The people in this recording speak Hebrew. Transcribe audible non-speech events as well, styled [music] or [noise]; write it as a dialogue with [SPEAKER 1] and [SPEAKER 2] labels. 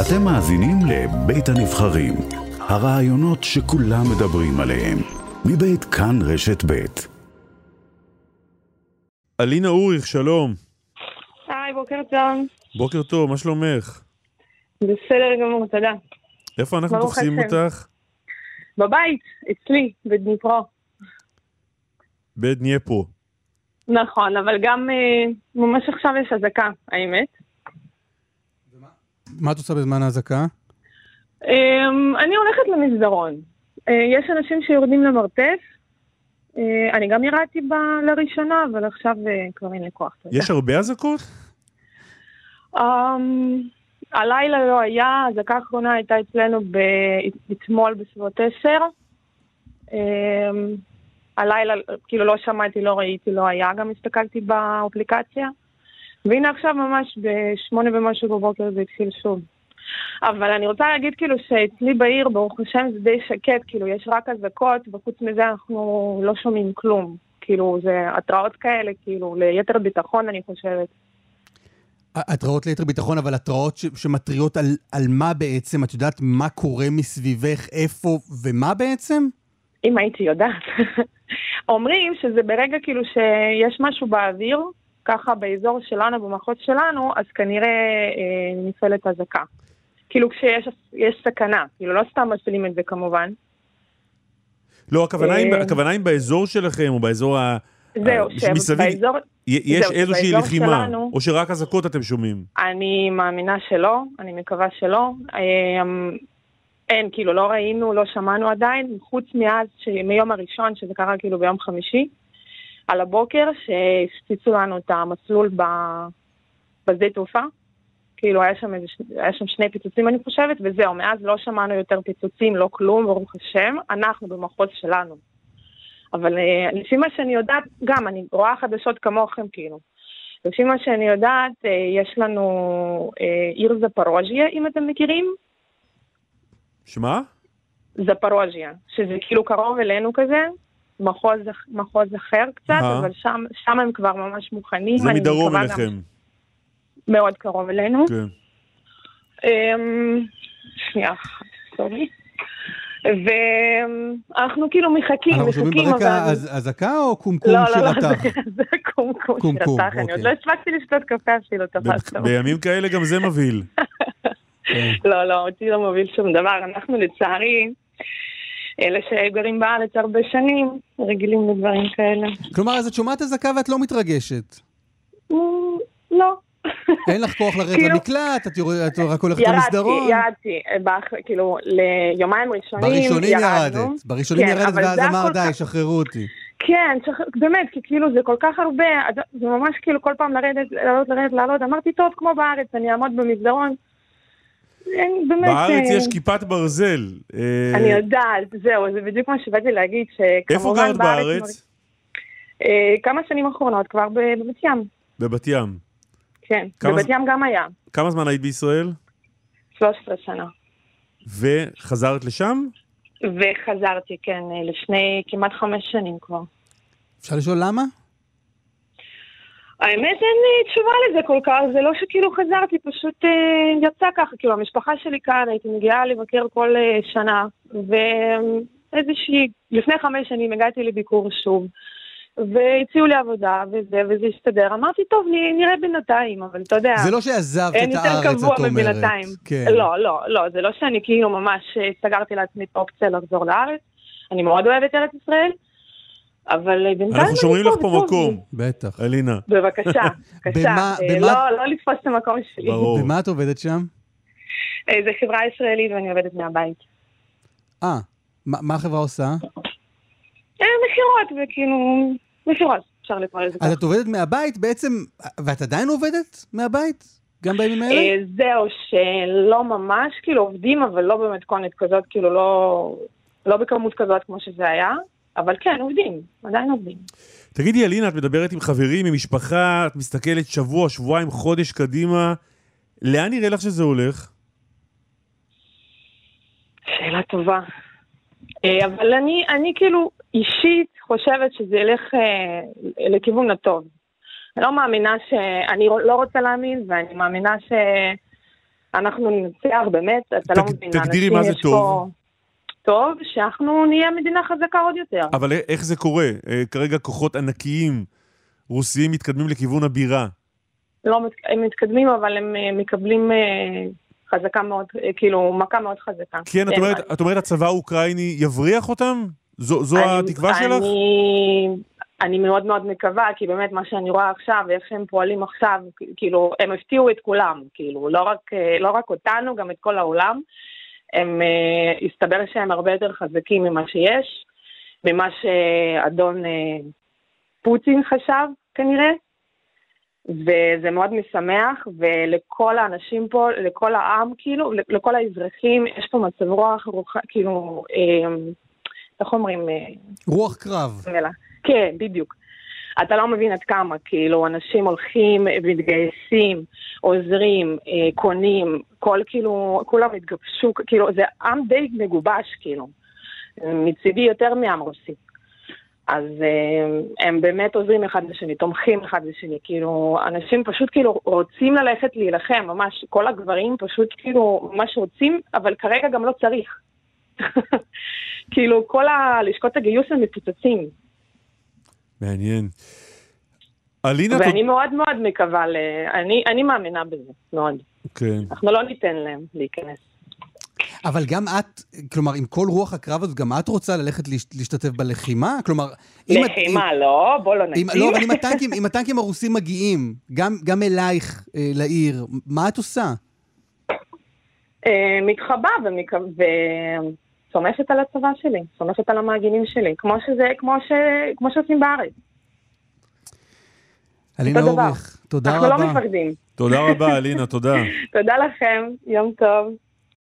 [SPEAKER 1] אתם מאזינים לבית הנבחרים, הרעיונות שכולם מדברים עליהם, מבית כאן רשת בית.
[SPEAKER 2] אלינה אוריך, שלום.
[SPEAKER 3] היי, בוקר טוב.
[SPEAKER 2] בוקר טוב, מה שלומך?
[SPEAKER 3] בסדר גמור, תודה.
[SPEAKER 2] איפה אנחנו
[SPEAKER 3] ברוך
[SPEAKER 2] תופסים
[SPEAKER 3] השם.
[SPEAKER 2] אותך?
[SPEAKER 3] בבית, אצלי, בדניפרו.
[SPEAKER 2] בדניפרו.
[SPEAKER 3] נכון, אבל גם אה, ממש עכשיו יש אזעקה, האמת.
[SPEAKER 4] מה את עושה בזמן האזעקה?
[SPEAKER 3] אה, אני הולכת למסדרון. אה, יש אנשים שיורדים למרתף. אה, אני גם ירדתי ב- לראשונה, אבל עכשיו אה, כבר אין לי כוח. אתה יודע.
[SPEAKER 2] יש הרבה אזעקות?
[SPEAKER 3] אמ, הלילה לא היה, האזעקה האחרונה הייתה אצלנו ב- אתמול בסביבות עשר. אמ, הלילה, כאילו לא שמעתי, לא ראיתי, לא היה, גם הסתכלתי באפליקציה. והנה עכשיו ממש בשמונה ומשהו בבוקר זה התחיל שוב. אבל אני רוצה להגיד כאילו שאצלי בעיר, ברוך השם, זה די שקט, כאילו יש רק אזעקות, וחוץ מזה אנחנו לא שומעים כלום. כאילו, זה התראות כאלה, כאילו, ליתר ביטחון, אני חושבת.
[SPEAKER 4] התראות ליתר ביטחון, אבל התראות ש- שמתריעות על, על מה בעצם? את יודעת מה קורה מסביבך, איפה ומה בעצם?
[SPEAKER 3] אם הייתי יודעת. [laughs] אומרים שזה ברגע כאילו שיש משהו באוויר, ככה באזור שלנו, במחוז שלנו, אז כנראה אה, נפעלת אזעקה. כאילו כשיש יש סכנה, כאילו לא סתם מפעילים את זה כמובן.
[SPEAKER 2] לא, הכוונה היא-
[SPEAKER 3] אה.
[SPEAKER 2] הכוונה היא באזור שלכם, או באזור ה...
[SPEAKER 3] זהו,
[SPEAKER 2] אה, מסביב
[SPEAKER 3] שבאזור,
[SPEAKER 2] י- יש
[SPEAKER 3] זהו,
[SPEAKER 2] איזושהי
[SPEAKER 3] שבאזור
[SPEAKER 2] לחימה,
[SPEAKER 3] שלנו-
[SPEAKER 2] או שרק אזעקות אתם שומעים.
[SPEAKER 3] אני מאמינה שלא, אני מקווה שלא. אה, אין, כאילו לא ראינו, לא שמענו עדיין, חוץ מאז, ש- מיום הראשון, שזה קרה כאילו ביום חמישי, על הבוקר, שהפציצו לנו את המסלול ב... בשדה תעופה. כאילו היה שם, איזה, ש- היה שם שני פיצוצים אני חושבת, וזהו, מאז לא שמענו יותר פיצוצים, לא כלום, ברוך השם, אנחנו במחוז שלנו. אבל אה, לפי מה שאני יודעת, גם, אני רואה חדשות כמוכם, כאילו. לפי מה שאני יודעת, אה, יש לנו אה, עיר זפרוז'יה, אם אתם מכירים,
[SPEAKER 2] שמה?
[SPEAKER 3] זפרוז'יה, שזה כאילו קרוב אלינו כזה, מחוז, מחוז אחר קצת,
[SPEAKER 2] אהה.
[SPEAKER 3] אבל שם, שם הם כבר ממש מוכנים.
[SPEAKER 2] זה
[SPEAKER 3] אני
[SPEAKER 2] מדרום
[SPEAKER 3] מקווה גם
[SPEAKER 2] אליכם.
[SPEAKER 3] מאוד קרוב אלינו.
[SPEAKER 2] כן.
[SPEAKER 3] [laughs] אמ, שנייה אחת, סורי. ואנחנו כאילו מחכים,
[SPEAKER 4] אנחנו
[SPEAKER 3] מחכים,
[SPEAKER 4] שומעים ברקע
[SPEAKER 3] אבל...
[SPEAKER 4] אז- אזעקה או קומקום
[SPEAKER 3] לא, לא, לא,
[SPEAKER 4] שרתח?
[SPEAKER 3] זה- זה קומקום
[SPEAKER 4] קומקום,
[SPEAKER 3] שרתח, אני עוד
[SPEAKER 4] אוקיי.
[SPEAKER 3] לא הספקתי לשתות קפה אפילו, תפסת
[SPEAKER 2] ב- בימים כאלה גם זה
[SPEAKER 3] [laughs]
[SPEAKER 2] מבהיל.
[SPEAKER 4] כן.
[SPEAKER 3] לא, לא, אותי לא מוביל שום דבר. אנחנו לצערי, אלה שגרים בארץ הרבה שנים, רגילים לדברים כאלה.
[SPEAKER 4] כלומר, אז את שומעת אזעקה ואת לא מתרגשת.
[SPEAKER 3] Mm, לא.
[SPEAKER 4] אין לך כוח לרדת
[SPEAKER 3] כאילו-
[SPEAKER 4] למקלט, את יורד- את רק הולכת
[SPEAKER 3] ירדתי,
[SPEAKER 4] למסדרון.
[SPEAKER 3] ירדתי, אה, באח- כאילו, ליומיים ראשונים
[SPEAKER 4] בראשונים
[SPEAKER 3] ירדנו.
[SPEAKER 4] ירדת, בראשונים
[SPEAKER 3] כן,
[SPEAKER 4] ירדת
[SPEAKER 3] אבל
[SPEAKER 4] ואז
[SPEAKER 3] זה היה
[SPEAKER 4] אמרת,
[SPEAKER 3] כל
[SPEAKER 4] די,
[SPEAKER 3] כך-
[SPEAKER 4] שחררו אותי.
[SPEAKER 3] כן, צריך, באמת, כי כאילו זה כל כך הרבה, אז זה ממש כאילו כל פעם לרדת, לעלות, לרדת, לעלות. אמרתי, טוב, כמו בארץ, אני אעמוד במסדרון. אין, באמת...
[SPEAKER 2] בארץ
[SPEAKER 3] אה,
[SPEAKER 2] יש כיפת ברזל. אה,
[SPEAKER 3] אני יודעת, זהו, זה בדיוק מה שבאתי להגיד,
[SPEAKER 2] איפה
[SPEAKER 3] שכמובן
[SPEAKER 2] גרת בארץ?
[SPEAKER 3] אה, כמה שנים אחרונות, כבר ב- בבת ים,
[SPEAKER 2] בבת ים.
[SPEAKER 3] כן.
[SPEAKER 2] כמה
[SPEAKER 3] בבת
[SPEAKER 2] ז-
[SPEAKER 3] ים גם היה,
[SPEAKER 2] כמה זמן היית בישראל?
[SPEAKER 3] 13 שנה.
[SPEAKER 2] וחזרת לשם?
[SPEAKER 3] וחזרתי, כן, אה, לפני כמעט חמש שנים כבר.
[SPEAKER 4] אפשר לשאול למה?
[SPEAKER 3] האמת אין לי תשובה לזה כל כך, זה לא שכאילו חזרתי, פשוט אה, יצא ככה, כאילו המשפחה שלי כאן, הייתי מגיעה לבקר כל אה, שנה, ואיזושהי, לפני חמש שנים הגעתי לביקור שוב, והציעו לי עבודה וזה, וזה הסתדר, אמרתי, טוב, נ- נראה בינתיים, אבל אתה יודע,
[SPEAKER 4] זה לא שעזבת
[SPEAKER 3] אה. אין
[SPEAKER 4] את
[SPEAKER 3] יותר
[SPEAKER 4] הארץ, את
[SPEAKER 3] קבוע
[SPEAKER 4] אומרת.
[SPEAKER 3] מבינתיים.
[SPEAKER 4] כן.
[SPEAKER 3] לא, לא, לא, זה לא שאני כאילו ממש אה, סגרתי לעצמי את האופציה לחזור לארץ, אני מאוד אוהבת ארץ ישראל, אבל אה, בינתיים
[SPEAKER 2] אנחנו
[SPEAKER 3] אני
[SPEAKER 2] שומרים לך פה
[SPEAKER 3] וטוב לי.
[SPEAKER 2] מקום,
[SPEAKER 4] בטח.
[SPEAKER 2] אלינה.
[SPEAKER 3] בבקשה, בבקשה.
[SPEAKER 4] [laughs] במה-
[SPEAKER 3] אה,
[SPEAKER 4] במה-
[SPEAKER 3] לא, לא לתפוס את המקום שלי.
[SPEAKER 2] ברור. או.
[SPEAKER 4] במה את עובדת שם?
[SPEAKER 3] אה, זה חברה ישראלית ואני עובדת מהבית.
[SPEAKER 4] אה, מה מה החברה עושה?
[SPEAKER 3] אה, מכירות, וכאילו, מכירות, אפשר לקרוא לזה
[SPEAKER 4] אז
[SPEAKER 3] ככה.
[SPEAKER 4] את עובדת מהבית בעצם, ואת עדיין עובדת מהבית? גם בימים האלה?
[SPEAKER 3] אה, זהו, שלא ממש, כאילו עובדים, אבל לא במתכונת כזאת, כאילו לא, לא בכמות כזאת כמו שזה היה, אבל כן, עובדים, עדיין עובדים.
[SPEAKER 2] תגידי, אלינה, את מדברת עם חברים, עם משפחה, את מסתכלת שבוע, שבועיים, חודש קדימה, לאן נראה לך שזה הולך?
[SPEAKER 3] שאלה טובה. אה, אבל אני, אני כאילו אישית חושבת שזה ילך אה, לכיוון הטוב. אני לא מאמינה ש... אני לא רוצה להאמין, ואני מאמינה ש... אנחנו ננצח, באמת, אתה לא
[SPEAKER 2] תג-
[SPEAKER 3] מבין.
[SPEAKER 2] תגדירי
[SPEAKER 3] לאנשים
[SPEAKER 2] מה זה
[SPEAKER 3] יש
[SPEAKER 2] טוב.
[SPEAKER 3] פה- טוב, שאנחנו נהיה מדינה חזקה עוד יותר.
[SPEAKER 2] אבל א- איך זה קורה? אה, כרגע כוחות ענקיים רוסיים מתקדמים לכיוון הבירה.
[SPEAKER 3] לא, מת- הם מתקדמים, אבל הם אה, מקבלים אה, חזקה מאוד, אה, כאילו, מכה מאוד חזקה.
[SPEAKER 2] כן, את
[SPEAKER 3] אין
[SPEAKER 2] אומרת,
[SPEAKER 3] מה.
[SPEAKER 2] את אומרת הצבא האוקראיני יבריח אותם? זו, זו
[SPEAKER 3] אני-
[SPEAKER 2] התקווה
[SPEAKER 3] אני-
[SPEAKER 2] שלך?
[SPEAKER 3] אני מאוד מאוד מקווה, כי באמת מה שאני רואה עכשיו, ואיך שהם פועלים עכשיו, כ- כאילו, הם הפתיעו את כולם, כאילו, לא רק, אה, לא רק אותנו, גם את כל העולם. הם, אה, הסתבר שהם הרבה יותר חזקים ממה שיש, ממה שאדון אה, פוטין חשב, כנראה. וזה מאוד משמח, ולכל האנשים פה, לכל העם, כאילו, לכל האזרחים, יש פה מצב רוח, רוח כאילו, אה, איך אומרים, אה,
[SPEAKER 4] רוח קרב.
[SPEAKER 3] מלח. כן, בדיוק. אתה לא מבין עד כמה, כאילו, אנשים הולכים, אה, מתגייסים, עוזרים, אה, קונים, כל כאילו, כולם התגבשו, כאילו, זה עם די מגובש, כאילו. מצידי יותר מעם רוסי. אז אה, הם באמת עוזרים אחד לשני, תומכים אחד לשני, כאילו, אנשים פשוט כאילו רוצים ללכת להילחם, ממש, כל הגברים פשוט כאילו ממש רוצים, אבל כרגע גם לא צריך. [laughs] כאילו, כל הלשכות הגיוס הם מפוצצים.
[SPEAKER 2] מעניין. אלינה, תודה.
[SPEAKER 3] ואני מאוד מאוד מקווה, ל... אני, אני מאמינה בזה, מאוד.
[SPEAKER 2] כן.
[SPEAKER 3] אנחנו לא ניתן להם להיכנס.
[SPEAKER 4] אבל גם את, כלומר, עם כל רוח הקרב הזאת, גם את רוצה ללכת להש- להשתתף בלחימה? כלומר, אם את-
[SPEAKER 3] לחימה, לא, בוא לא
[SPEAKER 4] אם,
[SPEAKER 3] נגיד.
[SPEAKER 4] לא, אבל אם הטנקים, אם הטנקים הרוסים מגיעים, גם, גם אלייך, אה, לעיר, מה את עושה?
[SPEAKER 3] אה, מתחבא ומק- וסומכת על הצבא שלי, סומכת על המאגינים שלי, כמו שזה, כמו ש... כמו שעושים בארץ.
[SPEAKER 4] אלינה
[SPEAKER 3] דבר.
[SPEAKER 4] אורך, תודה
[SPEAKER 3] אנחנו
[SPEAKER 4] רבה.
[SPEAKER 3] לא מפחדים.
[SPEAKER 2] תודה רבה, אלינה, תודה.
[SPEAKER 3] תודה לכם, יום טוב.